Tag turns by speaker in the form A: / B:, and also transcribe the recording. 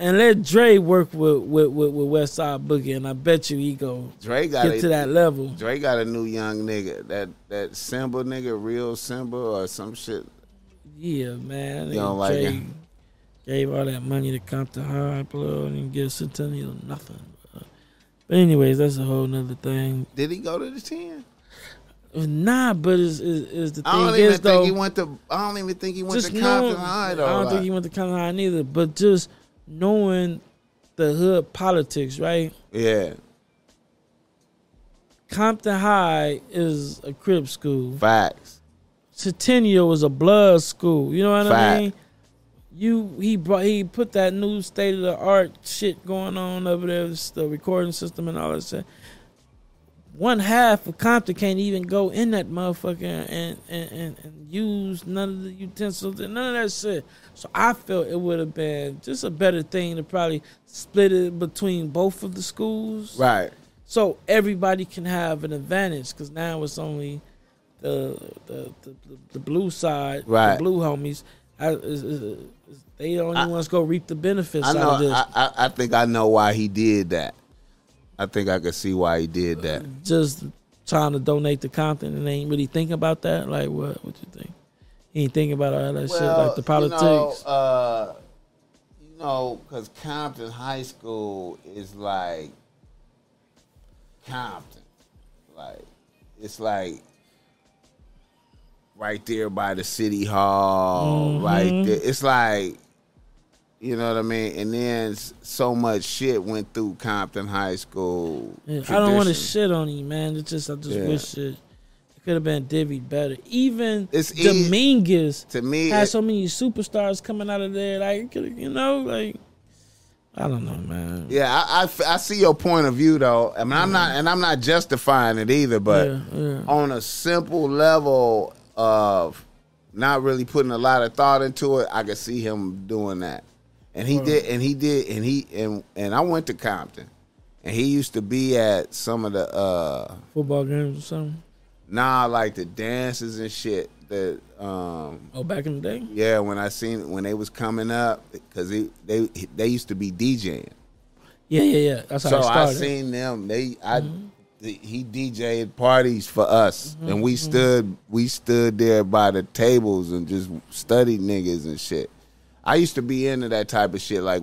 A: and let Dre work with with with, with West Side Boogie, and I bet you he go
B: Dre got
A: get
B: a,
A: to that level.
B: Dre got a new young nigga. That that Simba nigga, real Simba or some shit.
A: Yeah, man.
B: You don't like
A: Dre
B: it?
A: Gave all that money to Compton High, bro, and didn't get Centennial nothing. bro. But anyways, that's a whole nother thing.
B: Did he go to the ten?
A: Nah, but is is the thing
B: I don't even
A: is
B: think
A: though.
B: he went to. I don't even think he went
A: just
B: to
A: knowing,
B: Compton High
A: I
B: though.
A: don't think
B: like-
A: he went to Compton High neither. But just knowing the hood politics, right?
B: yeah,
A: Compton High is a crib school.
B: facts.
A: Centennial is a blood school. You know what I
B: Fact.
A: mean? You he brought he put that new state of the art shit going on over there, it's the recording system and all that shit. One half of Compton can't even go in that motherfucker and and, and, and use none of the utensils and none of that shit. So I felt it would have been just a better thing to probably split it between both of the schools.
B: Right.
A: So everybody can have an advantage because now it's only the the, the, the, the blue side,
B: Right.
A: the blue homies. I, is, is, is- they the only ones go reap the benefits
B: I
A: out of
B: know.
A: this.
B: I, I I think I know why he did that. I think I could see why he did that.
A: Just trying to donate to Compton and they ain't really thinking about that. Like what? What you think? He ain't thinking about all that shit like the politics.
B: You know, uh, you know, because Compton High School is like Compton, like it's like right there by the city hall,
A: Mm-hmm.
B: right there. It's like. You know what I mean, and then s- so much shit went through Compton High School.
A: Yeah, I don't want to
B: tradition.
A: shit on him, man. It's just I just
B: Yeah.
A: wish it, it could have been divvied better. Even
B: It's e- easy-
A: Dominguez.
B: To me,
A: had
B: it-
A: so many superstars coming out of there. Like, coulda- you know, like I don't know, man.
B: Yeah, I, I f- I see your point of view though, I mean, I'm not and I'm not justifying it either, but
A: Mm-hmm. Yeah, yeah.
B: on a simple level of not really putting a lot of thought into it, I could see him doing that, and he did, and he did, and he and and I went to Compton, and he used to be at some of the uh
A: Football games or something.
B: nah like the dances and shit that um
A: Oh, back in the day.
B: yeah when I seen when they was coming up because they they they used to be DJing.
A: Yeah, yeah, yeah. That's how
B: So
A: it
B: I
A: started. Mm-hmm.
B: seen them. They I th- he DJed parties for us, and we
A: Mm-hmm.
B: stood we stood there by the tables and just studied niggas and shit. I used to be into that type of shit. Like